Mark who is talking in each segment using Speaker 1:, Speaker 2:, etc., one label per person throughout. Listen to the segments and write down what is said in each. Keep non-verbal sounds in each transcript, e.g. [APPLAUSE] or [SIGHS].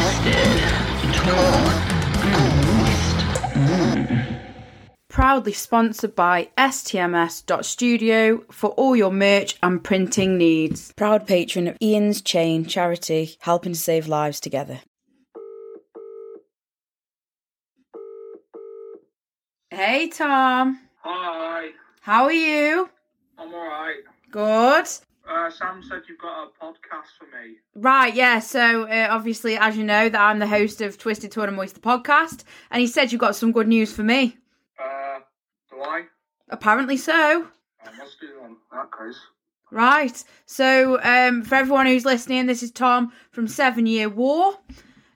Speaker 1: twisted, torn, lost.
Speaker 2: Proudly sponsored by STMS.studio for all your merch and printing needs.
Speaker 3: Proud patron of Ian's Chain charity, helping to save lives together.
Speaker 2: Hey Tom,
Speaker 4: Hi,
Speaker 2: how are you?
Speaker 4: I'm alright.
Speaker 2: Good.
Speaker 4: Uh, Sam said you've got a podcast for me.
Speaker 2: Right, yeah. So uh, obviously, as you know, that I'm the host of Twisted Torn and Moist the podcast, and he said you've got some good news for me.
Speaker 4: Uh, do I?
Speaker 2: Apparently so.
Speaker 4: I must do on that case.
Speaker 2: Right. So um, for everyone who's listening, this is Tom from Seven Year War.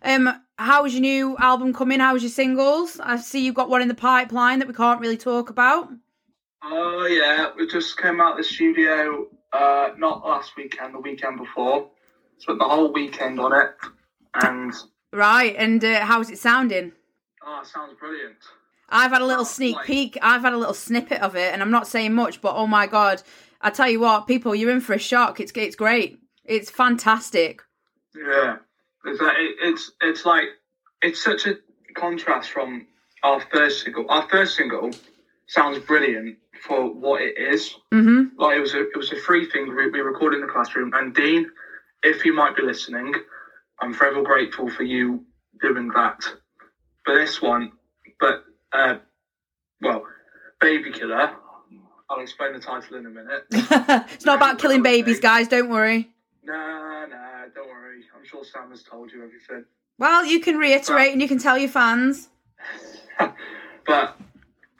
Speaker 2: Um, how's your new album coming? How's your singles? I see you've got one in the pipeline that we can't really talk about.
Speaker 4: Oh yeah, we just came out of the studio. Uh, not last weekend, the weekend before. Spent the whole weekend on it, and
Speaker 2: Right. And uh, how's it sounding?
Speaker 4: oh, it sounds brilliant.
Speaker 2: I've had a little sneak
Speaker 4: Like-
Speaker 2: peek. I've had a little snippet of it, and I'm not saying much, but oh my god! I tell you what, people, you're in for a shock. It's it's great. It's fantastic.
Speaker 4: Yeah, it's like, it, it's it's like it's such a contrast from our first single. Our first single sounds brilliant for what it is.
Speaker 2: hmm
Speaker 4: like it was a it was a free thing we, we recorded in the classroom and dean if you might be listening i'm forever grateful for you doing that but this one but uh well baby killer i'll explain the title in a minute
Speaker 2: [LAUGHS] it's not about killing babies, guys. Don't worry.
Speaker 4: nah nah don't worry i'm sure sam has told you everything
Speaker 2: Well, you can reiterate and you can tell your fans.
Speaker 4: but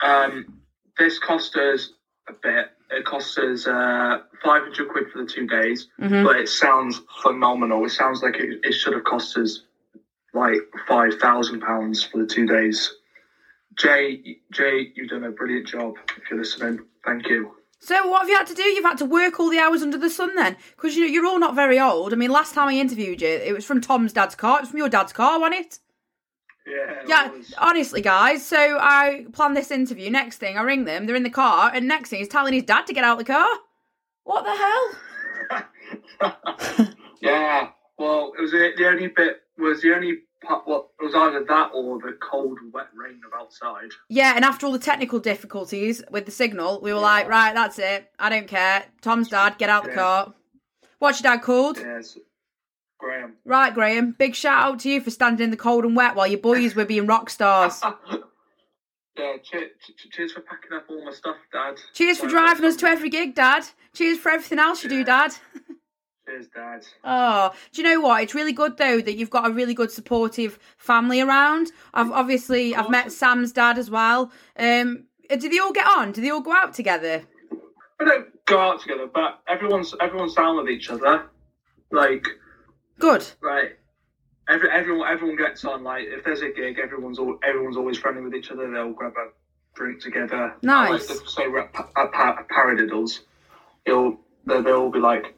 Speaker 4: um this cost us a bit it cost us uh 500 quid for the two days
Speaker 2: hmm
Speaker 4: but it sounds phenomenal. It sounds like it, it should have cost us like five thousand pounds for the two days. Jay, Jay, you've done a brilliant job. If you're listening, thank you.
Speaker 2: So what have you had to do? You've had to work all the hours under the sun then, because you know you're all not very old. I mean, last time I interviewed you, it was from Tom's dad's car. It was from your dad's car, wasn't it?
Speaker 4: Yeah,
Speaker 2: Yeah, honestly, guys. So I plan this interview. Next thing, I ring them. They're in the car, and next thing, he's telling his dad to get out of the car. What the hell?
Speaker 4: [LAUGHS] yeah. Well, it was the, the only bit was the only part. What it was either that or the cold, wet rain of outside.
Speaker 2: Yeah, and after all the technical difficulties with the signal, we were like, right, that's it. I don't care. Tom's dad, get out the
Speaker 4: Yeah.
Speaker 2: car. What's your dad called?
Speaker 4: Yes, Graham. [LAUGHS]
Speaker 2: Right, Graham. Big shout out to you for standing in the cold and wet while your boys were being rock stars.
Speaker 4: Yeah, cheers, cheers for packing up all my stuff, Dad.
Speaker 2: Cheers for
Speaker 4: Well
Speaker 2: driving
Speaker 4: done.
Speaker 2: us to every gig, Dad. Cheers for everything else you do, Dad.
Speaker 4: Cheers, Dad.
Speaker 2: Oh, do you know what? It's really good though that you've got a really good supportive family around. I've obviously I've met Sam's dad as well. Um, do they all get on? Do they all go out together?
Speaker 4: we don't go out together, but everyone's everyone's down with each other. Like,
Speaker 2: Good.
Speaker 4: like every, everyone everyone gets on. Like, if there's a gig, everyone's all, everyone's always friendly with each other. They'll grab a drink together.
Speaker 2: Nice.
Speaker 4: Like, so we're at, pa- at, pa- at Paradiddles, you'll they'll, they'll all be like,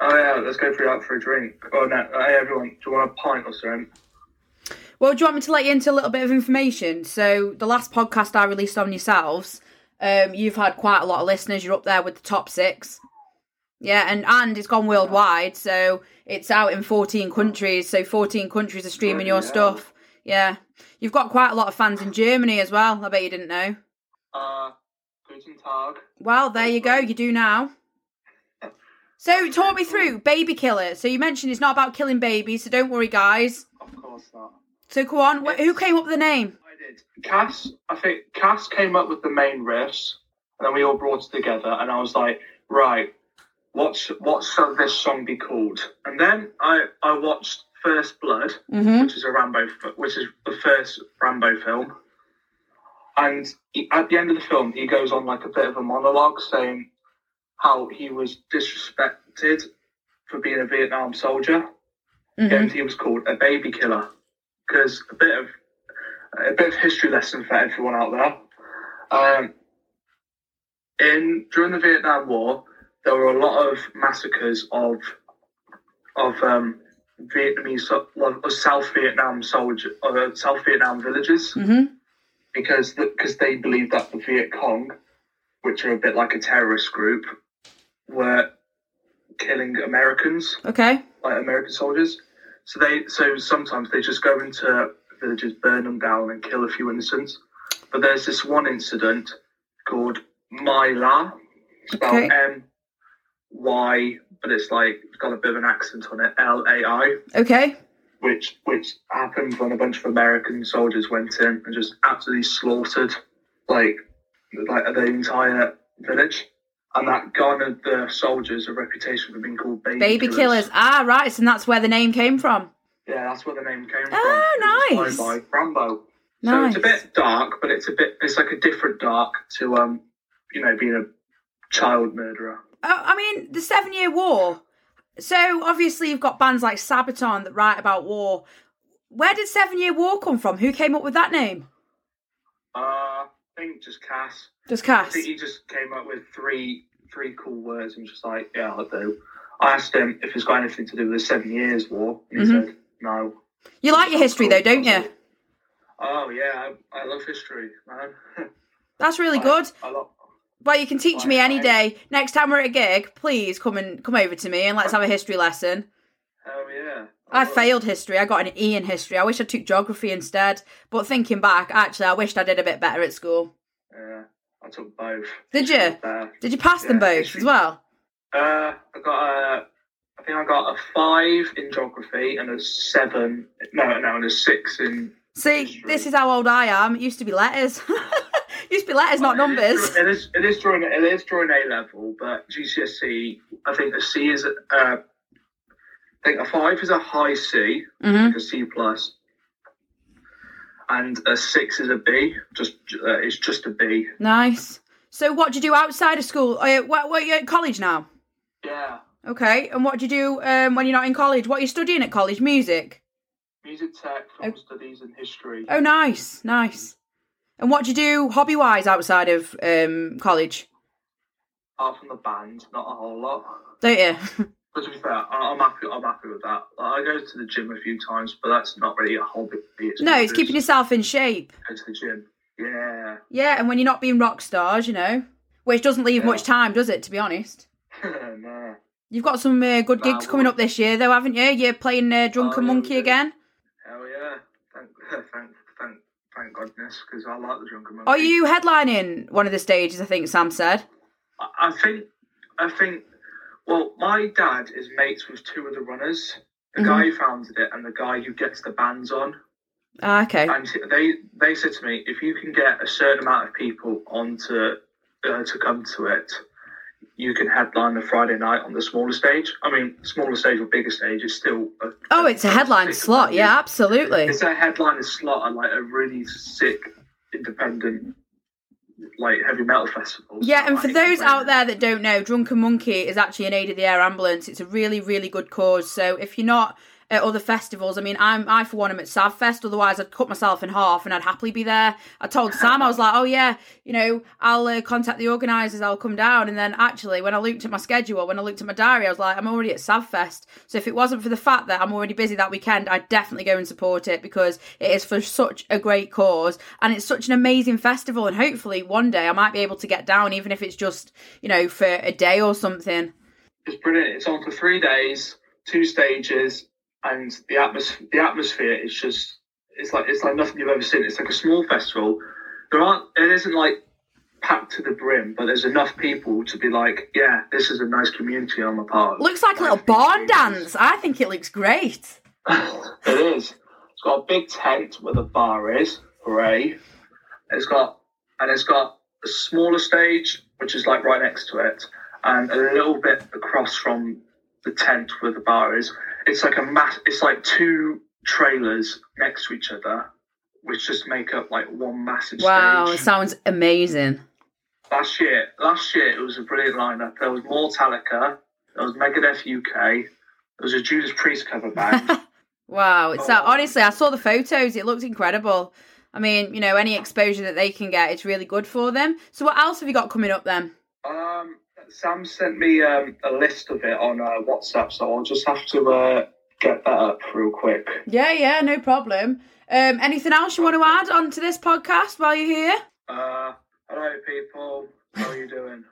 Speaker 4: "Oh yeah, let's go for out for a drink." Oh no, hey everyone, do you want a pint or something?
Speaker 2: Well, do you want me to let you into a little bit of information? So, the last podcast I released on yourselves, um, you've had quite a lot of listeners. You're up there with the top six. Yeah, and, and it's gone worldwide. So, it's out in 14 countries. So, 14 countries are streaming your
Speaker 4: Bloody hell.
Speaker 2: stuff. Yeah. You've got quite a lot of fans in Germany as well. I bet you didn't know.
Speaker 4: Uh, guten Tag.
Speaker 2: Well, there you go. You do now. So, talk me through Baby Killer. So, you mentioned it's not about killing babies. So, don't worry, guys.
Speaker 4: Of course not.
Speaker 2: So, go on. Wh- Who came up with the name?
Speaker 4: I did. Cass, I think Cass came up with the main riffs, and then we all brought it together. And I was like, right, what's what shall this song be called? And then I I watched First Blood,
Speaker 2: Mm-hmm.
Speaker 4: which is a Rambo, f- which is the first Rambo film. And he, at the end of the film, he goes on like a bit of a monologue saying how he was disrespected for being a Vietnam soldier and he was called a baby killer because a bit of a bit of history lesson for everyone out there. Um, in during the Vietnam War, there were a lot of massacres of of um, Vietnamese well, of South Vietnam soldier uh, South Vietnam villages
Speaker 2: Mm-hmm.
Speaker 4: because because they believed that the Viet Cong, which are a bit like a terrorist group, were killing Americans
Speaker 2: Okay.
Speaker 4: like American soldiers. So they so sometimes they just go into villages, burn them down, and kill a few innocent. But there's this one incident called Myla, spelled
Speaker 2: Okay.
Speaker 4: M Y, but it's like it's got a bit of an accent on it, L A I,
Speaker 2: Okay.
Speaker 4: which which happened when a bunch of American soldiers went in and just absolutely slaughtered like like the entire village. And that garnered the soldiers a reputation for being called baby,
Speaker 2: Baby killers. Ah, right. And that's where the name came from.
Speaker 4: Yeah, that's where the name came
Speaker 2: Oh,
Speaker 4: from. It
Speaker 2: nice.
Speaker 4: was inspired By Rambo. So
Speaker 2: Nice.
Speaker 4: it's a bit dark, but it's a bit it's like a different dark to um you know being a child murderer.
Speaker 2: Oh, I mean, the Seven Year War. So obviously, you've got bands like Sabaton that write about war. Where did Seven Year War come from? Who came up with that name?
Speaker 4: Uh, I think just Cass.
Speaker 2: Just
Speaker 4: I
Speaker 2: Cass.
Speaker 4: think he just came up with three three cool words and was just like yeah I'll do. I asked him if it's got anything to do with the Seven Years War, and he
Speaker 2: Mhm.
Speaker 4: said no.
Speaker 2: You like your history though, don't you?
Speaker 4: Oh yeah, I, I love history, man.
Speaker 2: That's really [LAUGHS]
Speaker 4: [LAUGHS]
Speaker 2: good.
Speaker 4: I, I love.
Speaker 2: Well, you can teach me
Speaker 4: Right,
Speaker 2: any
Speaker 4: right.
Speaker 2: day. Next time we're at a gig, please come and come over to me and let's have a history lesson.
Speaker 4: Oh yeah.
Speaker 2: I
Speaker 4: love-
Speaker 2: failed history. I got an E in history. I wish I took geography instead. But thinking back, actually, I wished I did a bit better at school.
Speaker 4: Yeah, I took both.
Speaker 2: Did you?
Speaker 4: Uh,
Speaker 2: Did you pass them
Speaker 4: Yeah,
Speaker 2: both
Speaker 4: history.
Speaker 2: as well?
Speaker 4: Uh, I got a, I think I got a five in geography and a seven. No, no, and a six in.
Speaker 2: See,
Speaker 4: History.
Speaker 2: this is how old I am. It used to be letters. [LAUGHS] used to be letters,
Speaker 4: Oh,
Speaker 2: not numbers.
Speaker 4: It is. It is during. It is during A level, but GCSE. E, I think a C is. a- Uh, I think a five is a high C,
Speaker 2: hmm
Speaker 4: like a C plus, and a six is a B. Just uh, it's just a B.
Speaker 2: Nice. So, what do you do outside of school? Uh, what, what, you're at college now?
Speaker 4: Yeah,
Speaker 2: Okay. And what do you do um, when you're not in college? What are you studying at college? Music.
Speaker 4: music tech, film studies, and history.
Speaker 2: Oh, nice, nice. And what do you do hobby wise outside of um, college?
Speaker 4: Apart from the band, not a whole lot.
Speaker 2: Don't you? [LAUGHS]
Speaker 4: But to be fair, I- I'm happy. I'm happy with that. Like, I go to the gym a few times, but that's not really a hobby. It's
Speaker 2: no,
Speaker 4: more
Speaker 2: it's
Speaker 4: just
Speaker 2: keeping yourself in shape.
Speaker 4: Go to the gym. Yeah. [LAUGHS]
Speaker 2: Yeah, and when you're not being rock stars, you know, which doesn't leave
Speaker 4: Yeah.
Speaker 2: much time, does it? To be honest,
Speaker 4: Nah.
Speaker 2: you've got some uh, good
Speaker 4: Nah,
Speaker 2: gigs
Speaker 4: well-
Speaker 2: coming up this year, though, haven't you? You're playing uh,
Speaker 4: Oh,
Speaker 2: Drunken
Speaker 4: yeah, we
Speaker 2: Monkey
Speaker 4: do.
Speaker 2: again.
Speaker 4: Hell yeah! Thank, [LAUGHS] thank, thank, thank goodness, because I like the drunken monkey.
Speaker 2: Are you headlining one of the stages? I think Sam said.
Speaker 4: I I think. I think. Well, my dad is mates with two of the runners. The
Speaker 2: Mhm.
Speaker 4: guy who founded it and the guy who gets the bands on.
Speaker 2: Ah, okay.
Speaker 4: And they they said to me, if you can get a certain amount of people onto uh, to come to it, you can headline the Friday night on the smaller stage. I mean, smaller stage or bigger stage is still. A,
Speaker 2: Oh, it's a headline
Speaker 4: it's
Speaker 2: slot. Yeah, absolutely.
Speaker 4: it's a headline slot at like a really sick independent like heavy metal festival.
Speaker 2: Yeah,
Speaker 4: So,
Speaker 2: and
Speaker 4: like,
Speaker 2: for
Speaker 4: it's a
Speaker 2: those out
Speaker 4: brainer.
Speaker 2: there that don't know, Drunken Monkey is actually an aid of the air ambulance. It's a really, really good cause. So if you're not at other festivals, I mean, I'm I for one am at Savfest. Otherwise, I'd cut myself in half and I'd happily be there. I told Sam I was like, oh yeah, you know, I'll uh, contact the organisers. I'll come down. And then actually, when I looked at my schedule, when I looked at my diary, I was like, I'm already at Savfest. So if it wasn't for the fact that I'm already busy that weekend, I'd definitely go and support it because it is for such a great cause and it's such an amazing festival. And hopefully, one day I might be able to get down, even if it's just you know for a day or something.
Speaker 4: It's brilliant. It's on for three days, two stages, and the atmos- the atmosphere is just it's like it's like nothing you've ever seen. It's like a small festival. There aren't it isn't like packed to the brim, but there's enough people to be like, yeah, this is a nice community I'm a part of.
Speaker 2: Looks like a little barn dance. I think it looks great.
Speaker 4: it is. It's got a big tent where the bar is. Hooray! It's got and it's got a smaller stage which is like right next to it, and a little bit across from the tent where the bar is. It's like a mass. It's like two trailers next to each other, which just make up like one massive
Speaker 2: Wow,
Speaker 4: stage.
Speaker 2: sounds amazing.
Speaker 4: Last year, last year it was a brilliant lineup. There was Mortalica, there was Megadeth UK, there was a Judas Priest cover band.
Speaker 2: Wow, it's
Speaker 4: Oh.
Speaker 2: honestly, I saw the photos. It looked incredible. I mean, you know, any exposure that they can get, it's really good for them. So, what else have you got coming up then?
Speaker 4: Um, Sam sent me um, a list of it on uh, WhatsApp, so I'll just have to uh, get that up real quick.
Speaker 2: Yeah, yeah, no problem. Um, anything else you want to add onto this podcast while you're [LAUGHS] here?
Speaker 4: Uh, hello, people. How are you doing?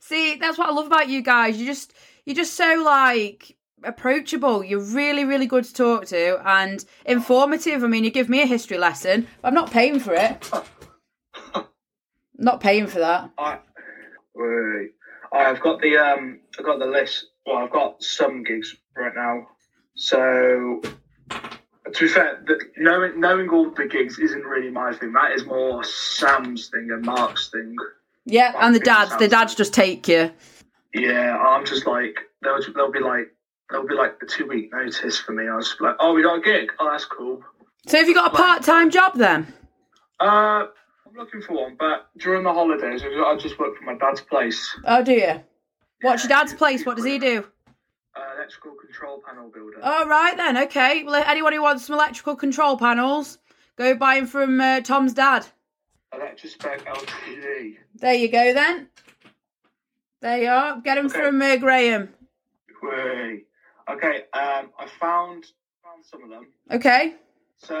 Speaker 2: See, that's what I love about you guys. You just you're just so like approachable. You're really, really good to talk to and informative. I mean, you give me a history lesson. I'm not paying for it. not paying for that.
Speaker 4: I, wait, I've got the um, I've got the list. Well, I've got some gigs right now. So, to be fair, the, knowing knowing all the gigs isn't really my thing. That is more Sam's thing and Mark's thing.
Speaker 2: Yeah, and the dads, the dads just take you.
Speaker 4: Yeah, I'm just like they'll they'll be like they'll be like the two week notice for me. I was like, oh, we got a gig. Oh, that's cool.
Speaker 2: So have you got a part-time job then?
Speaker 4: Uh, I'm looking for one, but during the holidays, I just work for my dad's place.
Speaker 2: Oh, do you? What's your dad's place? What does he do?
Speaker 4: Uh, electrical control panel builder.
Speaker 2: All right then. Okay. Well, anyone who wants some electrical control panels, go buy them from uh, Tom's dad.
Speaker 4: Electrospec LTD.
Speaker 2: There you go then. There you are. Get them
Speaker 4: Okay.
Speaker 2: from uh, Graham.
Speaker 4: Way. Okay, um, I found found some of them.
Speaker 2: Okay.
Speaker 4: So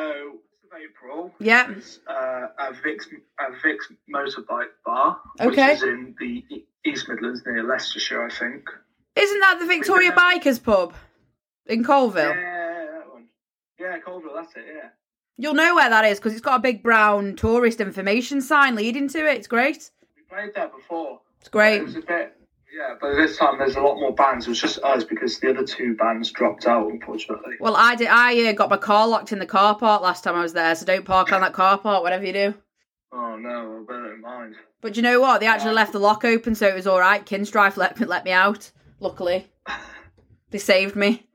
Speaker 4: this is April.
Speaker 2: Yeah.
Speaker 4: It's uh, a Vix a Vix motorbike bar,
Speaker 2: Okay.
Speaker 4: which is in the E- East Midlands near Leicestershire, I think.
Speaker 2: Isn't that the Victoria Bikers pub in Colville?
Speaker 4: Yeah, that one. Yeah, Colville. That's it. Yeah.
Speaker 2: You'll know where that is because it's got a big brown tourist information sign leading to it. It's great.
Speaker 4: We played there before.
Speaker 2: It's great.
Speaker 4: It was a bit. Yeah, but this time there's a lot more bands. It was just us because the other two bands dropped out, unfortunately.
Speaker 2: Well, I did. I uh, got my car locked in the car park last time I was there, so don't park on that car park. Whatever you do.
Speaker 4: Oh no, I better not mind.
Speaker 2: But you know what? They actually left the lock open, so it was all right. Kinstrife let [LAUGHS] me let me out. Luckily,
Speaker 4: [SIGHS]
Speaker 2: they saved me.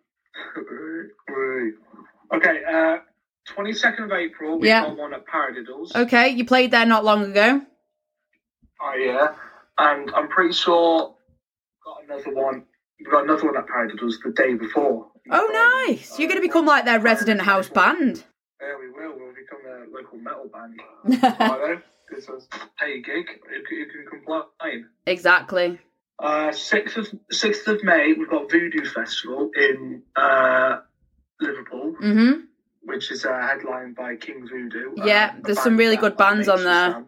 Speaker 4: [LAUGHS] Okay, uh, 22nd of April, we
Speaker 2: Yeah.
Speaker 4: got one at Paradiddles.
Speaker 2: Okay, you played there not long ago.
Speaker 4: Oh, yeah. And I'm pretty sure got another one. We got another one at Paradiddles the day before. Uh,
Speaker 2: Oh,
Speaker 4: Friday.
Speaker 2: nice! You're going to become like their resident house band.
Speaker 4: Yeah, we will. We'll become a local metal
Speaker 2: [LAUGHS]
Speaker 4: band. Righto. This is a gig. You can, you can complain.
Speaker 2: Exactly.
Speaker 4: Uh, 6th of 6th of May, we've got Voodoo Festival in uh, Liverpool.
Speaker 2: Mhm.
Speaker 4: which is uh, headlined by King Voodoo.
Speaker 2: Yeah,
Speaker 4: a
Speaker 2: there's
Speaker 4: band
Speaker 2: some really
Speaker 4: that
Speaker 2: good
Speaker 4: my
Speaker 2: bands on
Speaker 4: mates
Speaker 2: there.
Speaker 4: was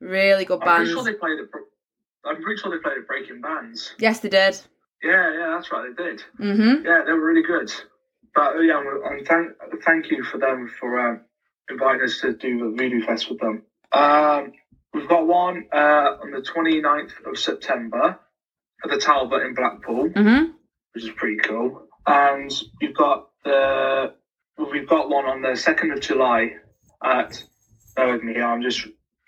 Speaker 2: Really good
Speaker 4: I'm pretty
Speaker 2: bands.
Speaker 4: sure they played at. Bro- I'm pretty sure they played at Breaking Bands.
Speaker 2: Yes, they did.
Speaker 4: Yeah, yeah, that's right, they did.
Speaker 2: Mhm.
Speaker 4: Yeah, they were really good. But uh, yeah, and thank thank you for them for um, inviting us to do the Voodoo Fest with them. Um, we've got one uh, on the 29th of September at the Talbot in Blackpool
Speaker 2: Mhm.
Speaker 4: which is pretty cool. And you've got the well, we've got one on the second of July at. Bear with me, here, I'm just.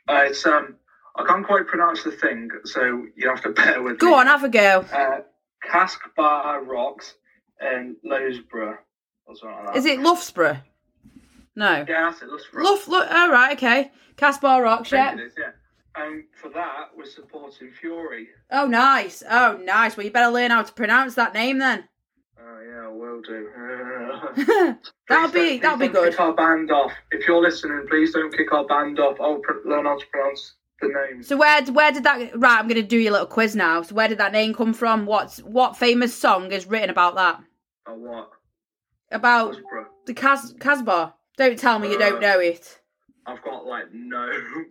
Speaker 4: Uh, it's um, I can't quite pronounce the thing, so you have to [LAUGHS] bear with me.
Speaker 2: Go on, have a go.
Speaker 4: Uh, Cask Bar Rocks in Lowsborough. or something like that.
Speaker 2: Is it Loughsborough? No.
Speaker 4: Yeah, that's it. Loughborough.
Speaker 2: Luff. Look. All right. Okay. Caspar Rocks.
Speaker 4: I
Speaker 2: Yeah.
Speaker 4: think it is, yeah. And for that, we're supporting Fury.
Speaker 2: Oh, nice. Oh, nice. Well, you better learn how to pronounce that name then. [LAUGHS]
Speaker 4: Oh yeah, I will do.
Speaker 2: that'll
Speaker 4: [LAUGHS] Please
Speaker 2: be
Speaker 4: don't-
Speaker 2: that'll be
Speaker 4: please don't
Speaker 2: good.
Speaker 4: Kick our band off. If you're listening, please don't kick our band off. I'll pr- learn how to pronounce the names.
Speaker 2: So where where did that right? I'm gonna do your little quiz now. So where did that name come from? What's what famous song is written about that?
Speaker 4: Oh what?
Speaker 2: About
Speaker 4: Osbro.
Speaker 2: the Cas Casbah? Don't tell me you don't know it.
Speaker 4: I've got like no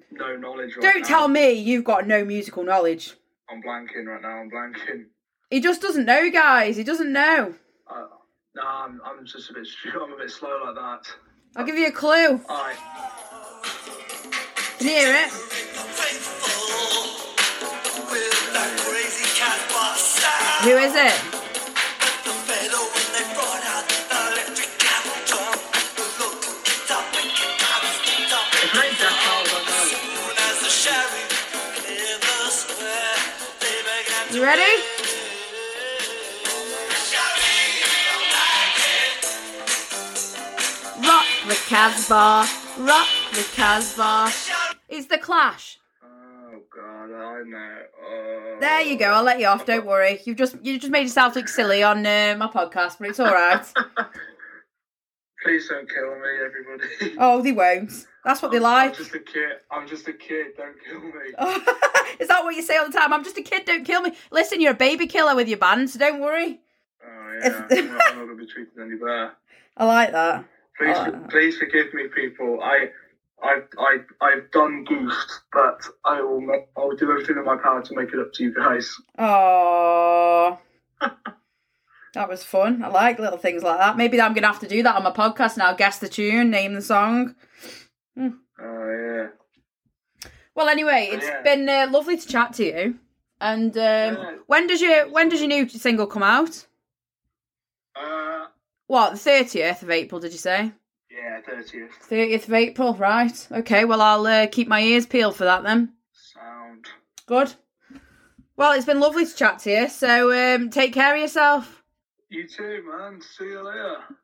Speaker 4: [LAUGHS] no knowledge. Right
Speaker 2: Don't
Speaker 4: now.
Speaker 2: tell me you've got no musical knowledge.
Speaker 4: I'm blanking right now. I'm blanking.
Speaker 2: He just doesn't know, guys. He doesn't know.
Speaker 4: Uh, nah, I'm, I'm just a bit. [LAUGHS] stu- I'm a bit slow like that.
Speaker 2: I'll give you a clue.
Speaker 4: All right.
Speaker 2: Can you hear it? Who is it?
Speaker 4: If I ain't death metal, I don't know.
Speaker 2: You ready? Rock the Casbah. Rock the Casbah. It's the Clash.
Speaker 4: Oh god, I know. Oh.
Speaker 2: There you go. I'll let you off. Don't worry. You've just you just made yourself look silly on uh, my podcast, but it's all right.
Speaker 4: Oh. [LAUGHS] Please don't kill me, everybody.
Speaker 2: Oh, they won't. That's what they
Speaker 4: I'm
Speaker 2: like. [LAUGHS]
Speaker 4: just a kid. I'm just a kid. Don't kill me.
Speaker 2: Oh. Is that what you say all the time? I'm just a kid. Don't kill me. Listen, you're a baby killer with your band, so don't worry. [LAUGHS]
Speaker 4: Oh yeah, I'm not, I'm not gonna be treated any better.
Speaker 2: I like that.
Speaker 4: Please,
Speaker 2: Oh.
Speaker 4: please forgive me, people. I, I, I, I've done goofed, but I will, ma- I will [LAUGHS] do everything in my power to make it up to you guys.
Speaker 2: Oh. That was fun. I like little things like that. Maybe I'm gonna have to do that on my podcast now. Guess the tune, name the song.
Speaker 4: Oh yeah.
Speaker 2: Well, anyway, it's
Speaker 4: Oh, Yeah.
Speaker 2: been uh, lovely to chat to you. And um,
Speaker 4: Yeah.
Speaker 2: when does your when does your new single come out?
Speaker 4: Uh,
Speaker 2: What the thirtieth of April? Did you say
Speaker 4: yeah, thirtieth
Speaker 2: thirtieth of April? Right. Okay. Well, I'll uh, keep my ears peeled for that then.
Speaker 4: sound.
Speaker 2: Good. Well, it's been lovely to chat to you. So um, take care of yourself.
Speaker 4: You too, man. See you later.